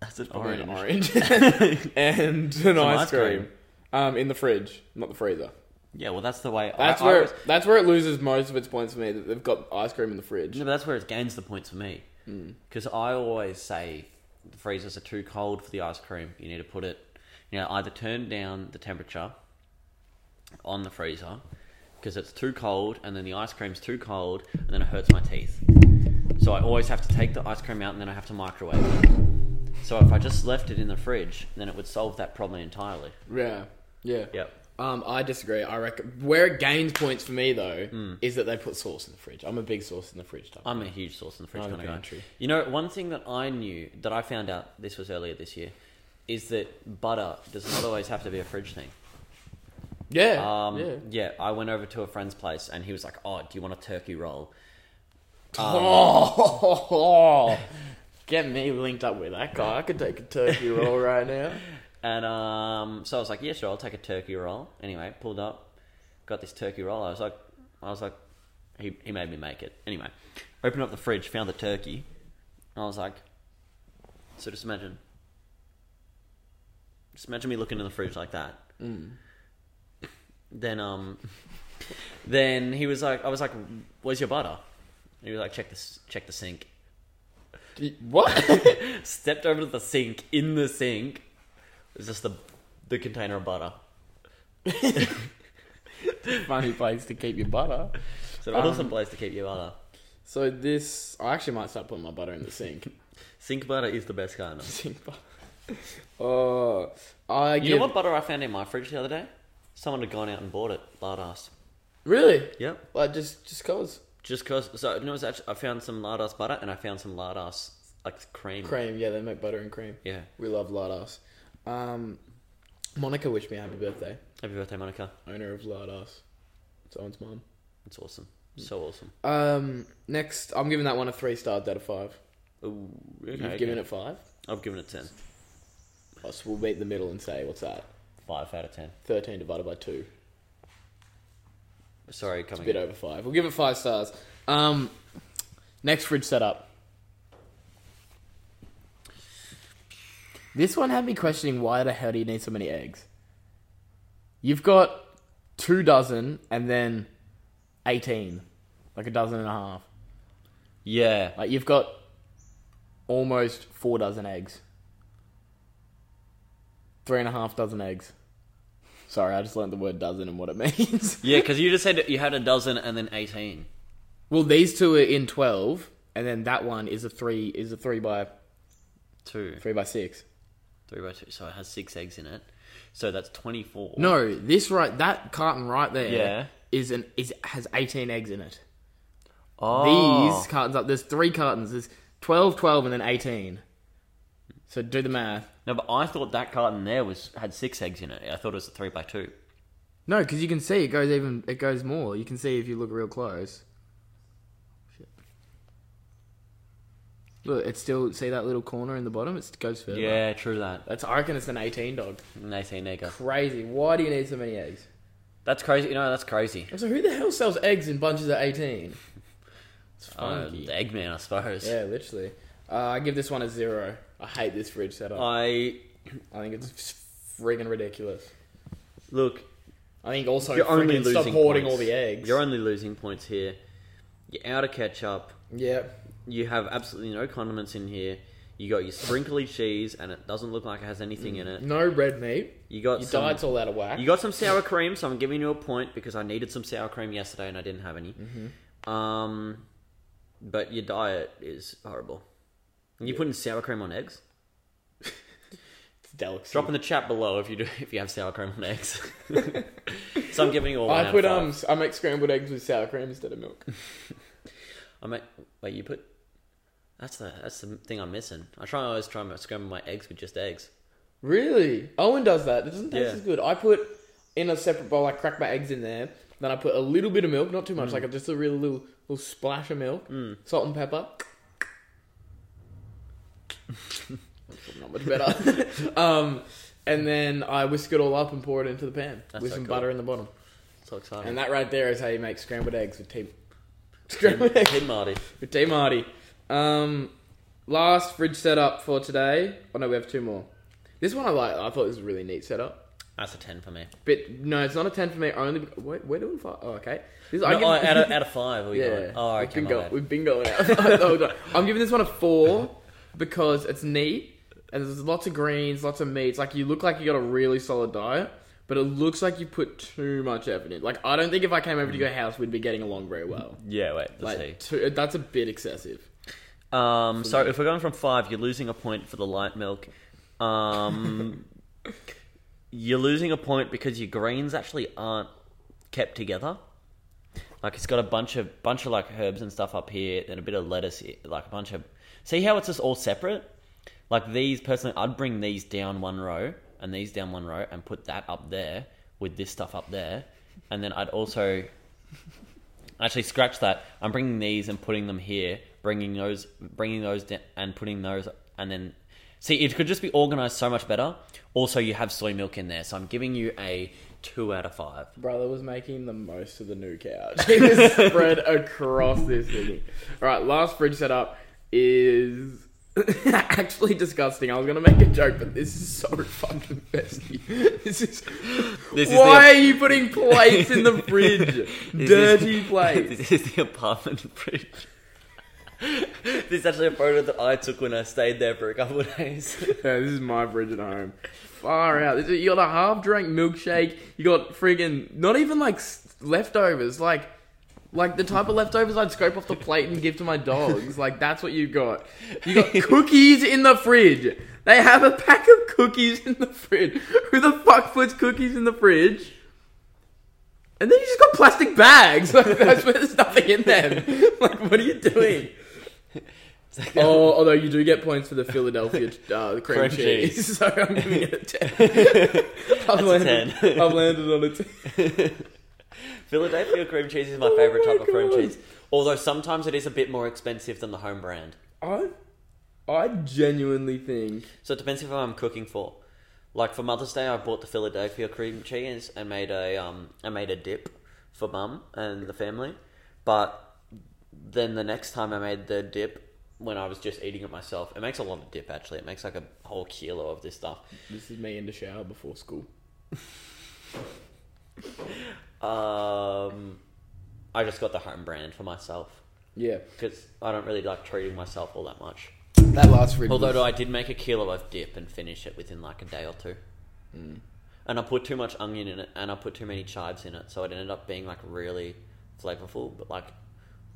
S2: That's an
S1: probably
S2: orange.
S1: an orange, and an ice,
S2: ice
S1: cream.
S2: cream.
S1: Um, in the fridge, not the freezer.
S2: Yeah, well, that's the way.
S1: That's
S2: I,
S1: where
S2: I was,
S1: that's where it loses most of its points for me. That they've got ice cream in the fridge.
S2: no, but that's where it gains the points for me. Because I always say the freezers are too cold for the ice cream. You need to put it, you know, either turn down the temperature on the freezer because it's too cold, and then the ice cream's too cold, and then it hurts my teeth. So I always have to take the ice cream out, and then I have to microwave it. So if I just left it in the fridge, then it would solve that problem entirely.
S1: Yeah, yeah.
S2: Yep.
S1: Um, I disagree. I reckon where it gains points for me though is that they put sauce in the fridge. I'm a big sauce in the fridge type.
S2: Hmm. I'm a huge sauce in the fridge
S1: I'm a
S2: kind of guy.
S1: pantry.
S2: You know, one thing that I knew that I found out this was earlier this year is that butter does not always have to be a fridge thing.
S1: yeah,
S2: Um,
S1: yeah.
S2: yeah. I went over to a friend's place and he was like, "Oh, do you want a turkey roll?"
S1: oh, get me linked up with that guy. I could take a turkey roll right now.
S2: And um, so I was like, "Yeah, sure, I'll take a turkey roll." Anyway, pulled up, got this turkey roll. I was like, I was like, he he made me make it. Anyway, opened up the fridge, found the turkey. And I was like, so just imagine, just imagine me looking in the fridge like that. Then um, then he was like, I was like, "Where's your butter?" And he was like, "Check this, check the sink."
S1: Do- What?
S2: stepped over to the sink. In the sink was just the the container of butter.
S1: Funny place to keep your butter.
S2: So an awesome place to keep your butter.
S1: So this, I actually might start putting my butter in the sink.
S2: Sink butter is the best kind of.
S1: Sink butter. Oh, I
S2: You
S1: give-
S2: know what butter I found in my fridge the other day? Someone had gone out and bought it. Lardass.
S1: Really?
S2: Yep.
S1: Like just just cause
S2: Just cause. So no, it was actually I found some lardass butter and I found some lardass like cream.
S1: cream. Yeah, they make butter and cream.
S2: Yeah.
S1: We love Lardos. Um, Monica wished me a happy birthday.
S2: Happy birthday, Monica.
S1: Owner of Lardos. Someone's mom.
S2: It's awesome. So awesome.
S1: Um, next, I'm giving that one a three stars out of five.
S2: Ooh, okay,
S1: You've given it five.
S2: I've given it ten.
S1: Oh, so we'll meet in the middle and say what's that?
S2: Five out of ten.
S1: Thirteen divided by two.
S2: Sorry, coming.
S1: A bit over five. We'll give it five stars. Um, next fridge setup. This one had me questioning why the hell do you need so many eggs? You've got two dozen and then eighteen, like a dozen and a half.
S2: yeah.
S1: Like you've got almost four dozen eggs, three and a half dozen eggs. Sorry, I just learned the word dozen and what it means.
S2: Yeah, because you just said you had a dozen and then eighteen.
S1: Well, these two are in twelve, and then that one is a three is a three by
S2: Two.
S1: three by six.
S2: Three by two, so it has six eggs in it. So that's twenty-four.
S1: No, this right that carton right there is
S2: Yeah.
S1: an is has eighteen eggs in it.
S2: oh.
S1: These cartons up there's three cartons. There's 12, 12, and then eighteen. So do the math.
S2: No, but I thought that carton there was had six eggs in it. I thought it was a three by two.
S1: No, because you can see it goes even it goes more. You can see if you look real close. Shit. Look, it's still see that little corner in the bottom. It goes further.
S2: Yeah, true that.
S1: that's I reckon it's an eighteen dog.
S2: An eighteen egger.
S1: Crazy. Why do you need so many eggs?
S2: That's crazy. You know, that's crazy.
S1: So who the hell sells eggs in bunches of eighteen? It's
S2: Uh,
S1: funky.
S2: the Eggman, I suppose.
S1: yeah, literally. Uh, I give this one a zero. I hate this fridge setup.
S2: I
S1: I think it's friggin' ridiculous.
S2: look.
S1: I think also
S2: You're only
S1: friggin' stop
S2: losing
S1: hoarding
S2: points.
S1: all the eggs.
S2: You're only losing points here. You're out of ketchup.
S1: yeah.
S2: You have absolutely no condiments in here. You got your sprinkly cheese, and it doesn't look like it has anything in it.
S1: No red meat.
S2: You got
S1: Your
S2: some,
S1: diet's all out of whack.
S2: You got some sour cream, so I'm giving you a point because I needed some sour cream yesterday and I didn't have any.
S1: Mm-hmm.
S2: Um, but your diet is horrible. And you putting sour cream on eggs?
S1: It's delicacy.
S2: Drop in the chat below if you do if you have sour cream on eggs. so I'm giving you all. one out
S1: I
S2: of
S1: put
S2: five.
S1: um s- I make scrambled eggs with sour cream instead of milk.
S2: I might wait. You put. That's the that's the thing I'm missing. I try I always try and scramble my eggs with just eggs.
S1: really? Owen does that. It doesn't taste
S2: Yeah.
S1: as good. I put in a separate bowl. I crack my eggs in there. Then I put a little bit of milk, not too much,
S2: Mm.
S1: like just a really little little splash of milk, salt and pepper. not much better. um, and then I whisk it all up and pour it into the pan
S2: That's
S1: with
S2: so
S1: some
S2: cool.
S1: butter in the bottom.
S2: So exciting.
S1: And that right there is how you make scrambled eggs with tea. Scrambled eggs.
S2: Kid Marty.
S1: With T Marty. Um, last fridge setup for today. Oh no, we have two more. This one I like. I thought this was a really neat setup.
S2: That's a ten for me.
S1: But no, it's not a ten for me. Only bec- wait, we're doing five. Oh, okay. This,
S2: No, oh, out of out of five. Are we
S1: yeah.
S2: going? Oh,
S1: we've
S2: okay.
S1: been
S2: my
S1: going.
S2: bad.
S1: We've been going out. the whole time. I'm giving this one a four because it's neat and there's lots of greens, lots of meats. Like you look like you got a really solid diet. But it looks like you put too much effort in. Like I don't think if I came over to your house, we'd be getting along very well.
S2: Yeah, wait. Let's see.
S1: Like too, that's a bit excessive.
S2: Um, so if we're going from five, you're losing a point for the light milk. Um, you're losing a point because your greens actually aren't kept together. Like it's got a bunch of bunch of like herbs and stuff up here, then a bit of lettuce, here, like a bunch of. See how it's just all separate. Like these, personally, I'd bring these down one row and these down one row and put that up there with this stuff up there, and then I'd also Actually, scratch that. I'm bringing these and putting them here. Bringing those, bringing those, da- and putting those, and then see. It could just be organized so much better. Also, you have soy milk in there, so I'm giving you a two out of five.
S1: Brother was making the most of the new couch. It was spread across this thing. Alright, last fridge setup is actually disgusting. I was gonna make a joke, but this is so fucking bestie. This is
S2: This is
S1: Why
S2: the-
S1: are you putting plates in the fridge?
S2: This
S1: Dirty
S2: is-
S1: plates.
S2: This is the apartment fridge. this is actually a photo that I took when I stayed there for a couple of days.
S1: Yeah, this is my fridge at home. Far out. This is- You got a half drank milkshake. You got friggin' not even like s- leftovers. Like, like the type of leftovers I'd scrape off the plate and give to my dogs. Like that's what you got. You got cookies in the fridge. They have a pack of cookies in the fridge. Who the fuck puts cookies in the fridge? And then you just got plastic bags. Like that's where there's nothing in them. Like what are you doing?
S2: It's like-
S1: Oh, although you do get points for the Philadelphia uh, cream,
S2: Cream
S1: cheese.
S2: cheese.
S1: so I'm giving it a 10. I've,
S2: a
S1: landed,
S2: 10.
S1: I've landed on a 10.
S2: Philadelphia cream cheese is my
S1: Oh
S2: favorite
S1: my
S2: type of cream
S1: God.
S2: cheese. Although sometimes it is a bit more expensive than the home brand.
S1: I, I genuinely think.
S2: So it depends if I'm cooking for. Like for Mother's Day, I bought the Philadelphia cream cheese and made a um, I made a dip for Mum and the family. But then the next time I made the dip, when I was just eating it myself, it makes a lot of dip actually. It makes like a whole kilo of this stuff.
S1: This is me in the shower before school.
S2: Um, I just got the home brand for myself
S1: Yeah.
S2: because I don't really like treating myself all that much.
S1: That last fridge. was-
S2: Although I did make a kilo of dip and finish it within like a day or two. Hmm. And I put too much onion in it and I put too many chives in it, so it ended up being like really flavorful, but like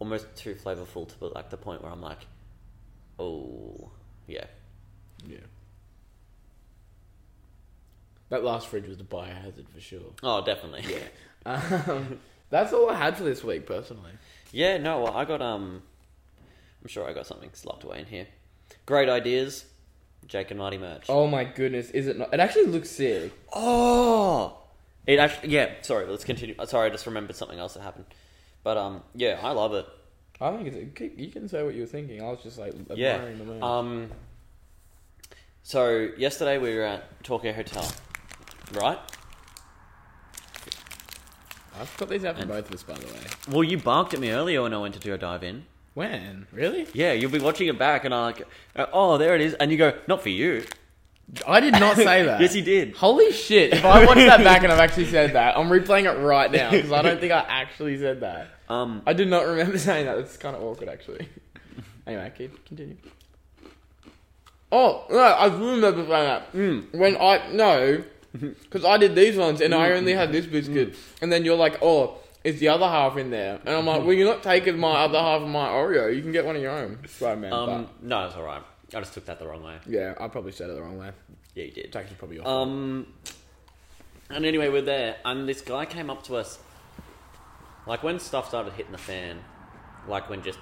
S2: almost too flavorful to like the point where I'm like, oh, yeah.
S1: Yeah. That last fridge was the biohazard for sure.
S2: Oh, definitely.
S1: Yeah. Um, that's all I had for this week, personally.
S2: Yeah, no, well, I got um, I'm sure I got something slopped away in here. Great ideas, Jake and Marty merch.
S1: Oh my goodness, is it not? It actually looks sick.
S2: Oh, it actually. Yeah, sorry. Let's continue. Uh, Sorry, I just remembered something else that happened. But um, yeah, I love it.
S1: I think it's. keep- You can say what you were thinking. I was just like admiring
S2: Yeah.
S1: the man.
S2: Um. So yesterday we were at Tokyo Hotel, right?
S1: I've got these out for
S2: and-
S1: both of us, by the way.
S2: Well, you barked at me earlier when I went to do a dive in.
S1: When really?
S2: Yeah, you'll be watching it back, and I'm like, oh, there it is, and you go, not for you.
S1: I did not say that.
S2: yes, you did.
S1: Holy shit! If I watched that back and I've actually said that, I'm replaying it right now because I don't think I actually said that.
S2: Um.
S1: I do not remember saying that. It's kind of awkward, actually. Anyway, keep continue. Oh no, I do remember saying that.
S2: Mm.
S1: When I no, because I did these ones and I
S2: Mm.
S1: only had this biscuit, and then you're like, oh, is the other half in there? And I'm like,
S2: Mm-hmm.
S1: well, you're not taking my other half of my Oreo. You can get one of your own. That's what I meant.
S2: Um. No, it's all right. I just took that the wrong way.
S1: but yeah, I probably said it the wrong way.
S2: Yeah, you did.
S1: It's actually probably your fault.
S2: Um, and anyway, we're there, and this guy came up to us. Like when stuff started hitting the fan, like when just,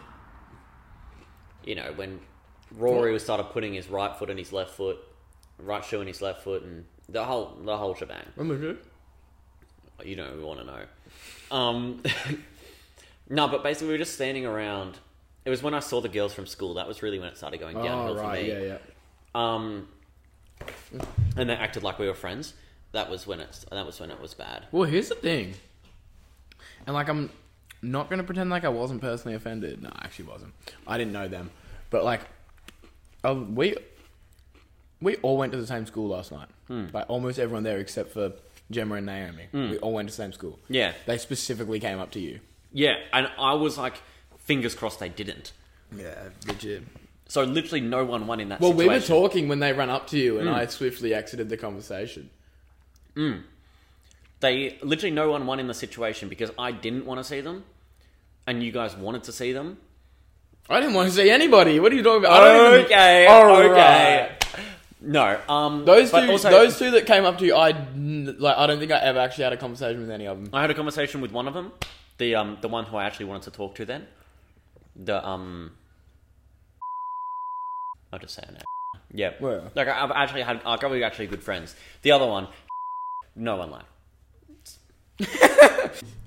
S2: you know, when Rory was started putting his right foot in his left foot, right shoe in his left foot, and the whole the whole shebang.
S1: When was it?
S2: You don't want to know. Um, no, but basically we were just standing around. It was when I saw the girls from school. That was really when it started going
S1: Oh
S2: downhill for
S1: right,
S2: me.
S1: yeah, yeah.
S2: Um, and they acted like we were friends. That was when it's. That was when it was bad.
S1: Well, here's the thing, and like I'm not gonna pretend like I wasn't personally offended. No, I actually wasn't. I didn't know them, but like, uh, we we all went to the same school last night.
S2: Hmm.
S1: Like almost everyone there except for Gemma and Naomi. We all went to the same school.
S2: Yeah,
S1: They specifically came up to you.
S2: yeah. And I was like, fingers crossed they didn't.
S1: Yeah, legit.
S2: So literally, no one won in that.
S1: Well, we were
S2: situation. Hmm.
S1: talking when they ran up to you, and I swiftly exited the conversation.
S2: They literally no one won in the situation because I didn't want to see them, and you guys wanted to see them.
S1: I didn't want to see anybody. What are you talking about? I don't even-
S2: okay,
S1: All
S2: okay.
S1: right.
S2: No, um,
S1: Those
S2: but
S1: two,
S2: also-
S1: those two that came up to you, I n- like. I don't think I ever actually had a conversation with any of them.
S2: I had a conversation with one of them, the um, the one who I actually wanted to talk to then, the um, I'll just say her name. Yeah,
S1: Well.
S2: like I- I've actually had, like we were actually good friends. The other one, no one lied.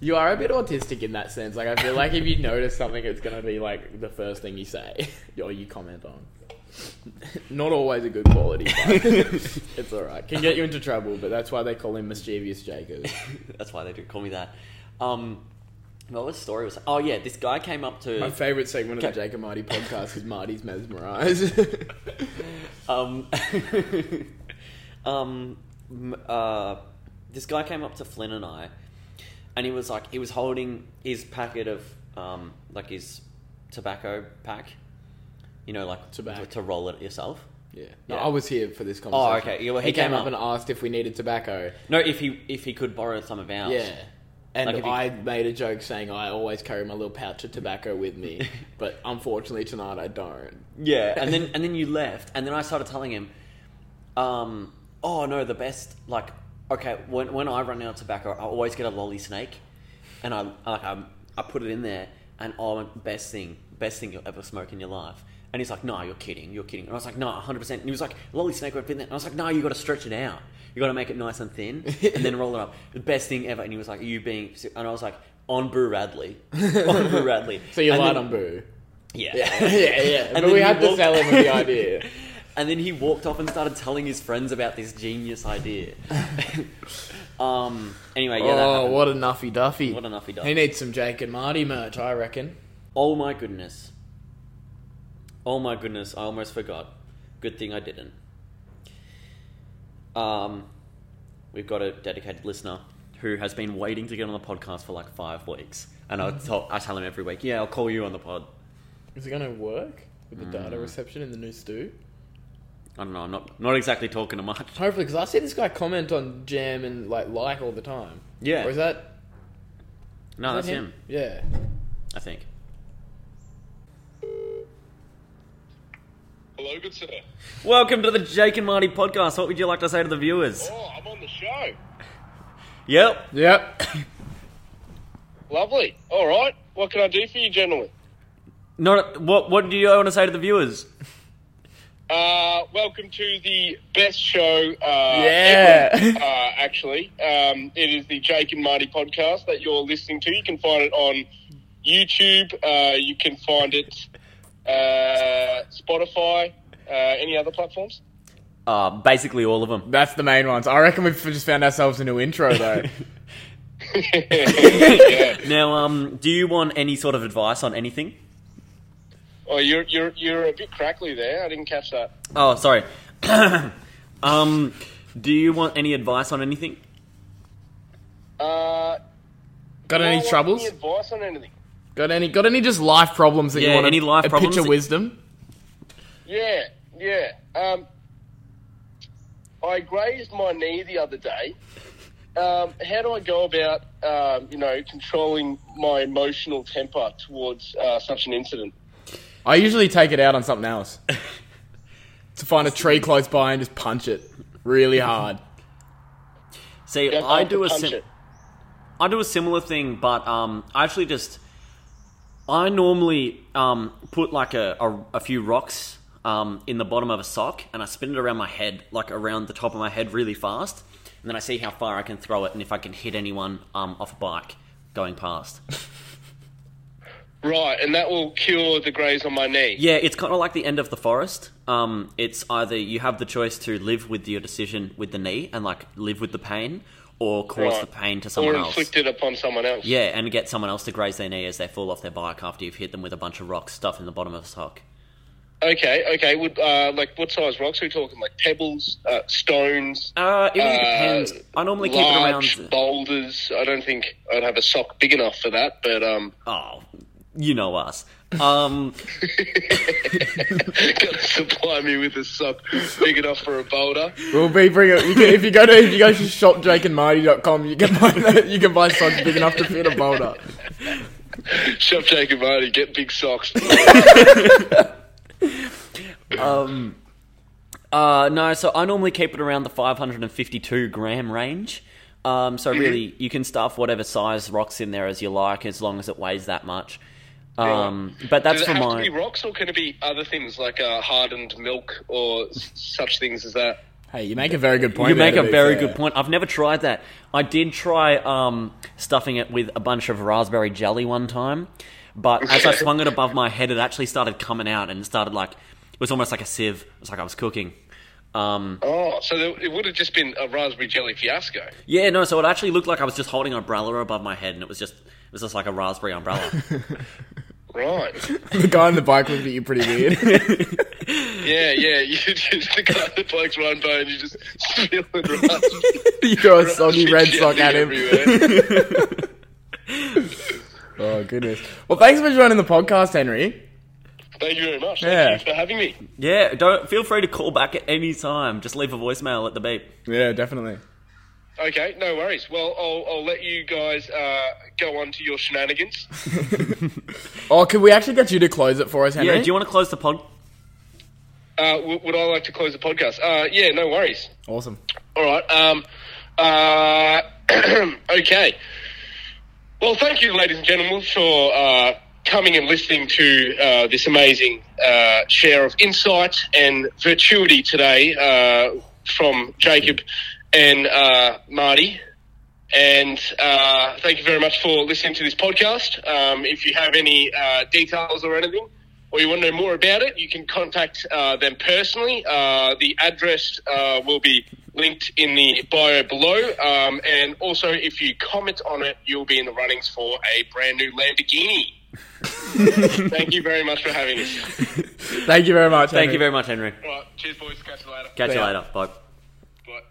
S1: You are a bit autistic in that sense. Like, I feel like if you notice something, it's gonna be like the first thing you say or you comment on. Not always a good quality. But it's all right. Can get you into trouble, but that's why they call him mischievous Jacob.
S2: That's why they do call me that. Um, what was the story was? Oh yeah, this guy came up
S1: My
S2: to
S1: favorite segment of the Jacob Marty podcast is Marty's mesmerized.
S2: um, um, m- uh, this guy came up to Flynn and I, and he was like, he was holding his packet of, um, like his tobacco pack, you know, like
S1: Tobacco.
S2: to, to roll it yourself.
S1: yeah. No,
S2: Yeah.
S1: I was here for this conversation.
S2: Oh, okay. Yeah, well,
S1: he,
S2: he
S1: came,
S2: came
S1: up
S2: up.
S1: and asked if we needed tobacco.
S2: No, if he if he could borrow some of ours.
S1: Yeah. And
S2: Like if you-
S1: I made a joke saying I always carry my little pouch of tobacco with me, but unfortunately tonight I don't.
S2: Yeah, and then and then you left, and then I started telling him, um, "Oh no, the best like okay, when when I run out of tobacco, I always get a lolly snake, and I like I, I put it in there, and oh, best thing, best thing you'll ever smoke in your life." And he's like, "No, you're kidding, you're kidding." And I was like, "No, 100." percent And he was like, "Lolly snake would fit in there." And I was like, "No, you got to stretch it out. You got to make it nice and thin, and then roll it up. The best thing ever." And he was like, "You being," and I was like, "On Boo Radley, on Boo Radley."
S1: So you
S2: And
S1: lied
S2: then-
S1: on Boo.
S2: Yeah,
S1: Yeah, yeah, yeah. but
S2: then
S1: we
S2: he
S1: had to
S2: walked-
S1: sell him the idea.
S2: And then he walked off and started telling his friends about this genius idea. um. Anyway, yeah. that
S1: oh,
S2: happened.
S1: what a nuffy duffy.
S2: What a nuffy duffy.
S1: He needs some Jake and Marty merch, I reckon.
S2: Oh my goodness. Oh my goodness! I almost forgot. Good thing I didn't. Um, we've got a dedicated listener who has been waiting to get on the podcast for like five weeks, and I
S1: Mm-hmm.
S2: tell I tell him every week, yeah, I'll call you on the pod.
S1: Is it going to work with the
S2: Mm.
S1: data reception in the new stew?
S2: I don't know. I'm not not exactly talking to much.
S1: Hopefully, because I see this guy comment on Jam and like like all the time.
S2: Yeah.
S1: Or is that?
S2: No,
S1: is
S2: that's
S1: that
S2: him.
S1: Yeah.
S2: I think.
S3: Hello, good sir.
S2: Welcome to the Jake and Marty podcast. What would you like to say to the viewers?
S3: Oh, I'm on the show.
S2: Yep.
S1: Yep.
S3: Lovely. All right. What can I do for you, gentlemen?
S2: Not what. What do you want to say to the viewers?
S3: Uh, welcome to the best show. Uh,
S1: Yeah.
S3: ever, uh, actually, um, it is the Jake and Marty podcast that you're listening to. You can find it on YouTube. Uh, you can find it uh, Spotify. Uh, any other platforms?
S2: Uh, basically all of them.
S1: That's the main ones. I reckon we've just found ourselves a new intro though.
S3: yeah.
S2: Now, um, do you want any sort of advice on anything?
S3: Well, Oh, you're you're you're a bit crackly there. I didn't catch that.
S2: Oh, sorry. um, do you want any advice on anything?
S3: Uh,
S1: got
S3: no, I
S1: any
S3: want
S1: troubles?
S3: Any advice on anything?
S1: Got any? Got any just life problems that you
S2: Yeah,
S1: want?
S2: any life
S1: a
S2: problems
S1: Pitch of
S2: that-
S1: wisdom.
S3: Yeah, yeah. Um, I grazed my knee the other day. Um, how do I go about, um, you know, controlling my emotional temper towards uh, such an incident?
S1: I usually take it out on something else. to find a tree close by and just punch it really hard.
S2: See,
S3: Don't
S2: I
S3: have to
S2: do a
S3: punch
S2: sim-
S3: it.
S2: I do a similar thing, but um, I actually just I normally um, put like a, a, a few rocks um, in the bottom of a sock and I spin it around my head, like around the top of my head, really fast, and then I see how far I can throw it and if I can hit anyone um, off a bike going past.
S3: Right, and that will cure the graze on my knee.
S2: Yeah, it's kind of like the end of the forest. Um, it's either you have the choice to live with your decision with the knee and like live with the pain, or cause
S3: Right.
S2: the pain to
S3: Or
S2: someone else.
S3: inflict it upon someone else.
S2: Yeah, and get someone else to graze their knee as they fall off their bike after you've hit them with a bunch of rocks stuff in the bottom of a sock.
S3: Okay, okay. Would, uh, like, what size rocks are we talking? Like pebbles, uh, stones?
S2: Uh, it really
S3: Uh,
S2: depends. I normally keep it
S3: large
S2: around.
S3: boulders. I don't think I'd have a sock big enough for that, but um,
S2: Oh, you know us. Um,
S3: gotta supply me with a sock big enough for a boulder.
S1: We'll be bringing. You can, if you go to if you go to shopjakeandmarty.com, you can buy that, you can buy socks big enough to fit a boulder.
S3: Shop Jake and Marty, get big socks.
S2: um, uh, no, so I normally keep it around the 552 gram range. Um,
S3: Mm-hmm.
S2: so really, you can stuff whatever size rocks in there as you like, as long as it weighs that much. Um, but that's
S3: Does it
S2: for
S3: have
S2: mine.
S3: to be rocks, or can it be other things like uh, hardened milk or s- such things as that?
S1: Hey, you make a very good point.
S2: You
S1: there,
S2: make
S1: to
S2: a
S1: be
S2: very
S1: fair.
S2: good point. I've never tried that. I did try um, stuffing it with a bunch of raspberry jelly one time, but as I swung it above my head, it actually started coming out and it started like it was almost like a sieve. It was like I was cooking. Um,
S3: Oh, so there, it would have just been a raspberry jelly fiasco.
S2: yeah, no. So it actually looked like I was just holding an umbrella above my head, and it was just it was just like a raspberry umbrella.
S3: Right.
S1: The guy on the bike looked at you pretty weird.
S3: Yeah, yeah. You just the guy that bloke's one bone, you just spilling raspberry
S1: you throw a soggy red sock
S3: jelly
S1: at him.
S3: everywhere.
S1: Oh goodness. Well, thanks for joining the podcast, Henry.
S3: Thank you very much.
S1: Yeah.
S3: Thank you for having me.
S2: yeah, don't feel free to call back at any time. Just leave a voicemail at the beep.
S1: Yeah, definitely.
S3: Okay, no worries. Well, I'll, I'll let you guys uh, go on to your shenanigans.
S1: Oh, could we actually get you to close it for us, Henry?
S2: Yeah, do you want to close the pod?
S3: Uh, w- would I like to close the podcast? Uh, yeah, no worries.
S1: Awesome.
S3: All right. Um, uh, okay. Well, thank you, ladies and gentlemen, for uh, coming and listening to uh, this amazing uh, share of insight and virtuity today uh, from Jacob and uh, Marty. And uh, thank you very much for listening to this podcast. Um, if you have any uh, details or anything, or you want to know more about it, you can contact uh, them personally. Uh, the address uh, will be linked in the bio below. Um, and also, if you comment on it, you'll be in the runnings for a brand new Lamborghini. thank you very much for having us.
S1: Thank you very much.
S2: Thank
S1: Henry.
S2: you very much, Henry.
S3: All right, cheers, boys. Catch you later.
S2: Catch you
S1: Yeah.
S2: later. Bye.
S3: Bye.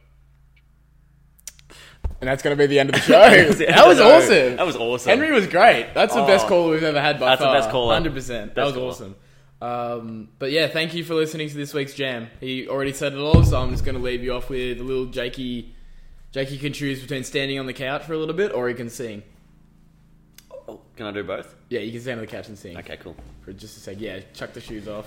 S1: And that's going to be the end of the show. that was awesome.
S2: That was awesome.
S1: Henry was great. That's the
S2: Oh.
S1: best call we've ever had by
S2: That's the
S1: far.
S2: best call.
S1: Hundred percent. That was
S2: Best call.
S1: awesome. Um, but yeah, thank you for listening to this week's jam. He already said it all, so I'm just going to leave you off with a little Jakey. Jakey can choose between standing on the couch for a little bit, or he can sing.
S2: Oh, can I do both?
S1: Yeah, you can stand on the couch and sing
S2: Okay, cool.
S1: for just a sec. Yeah, chuck the shoes off.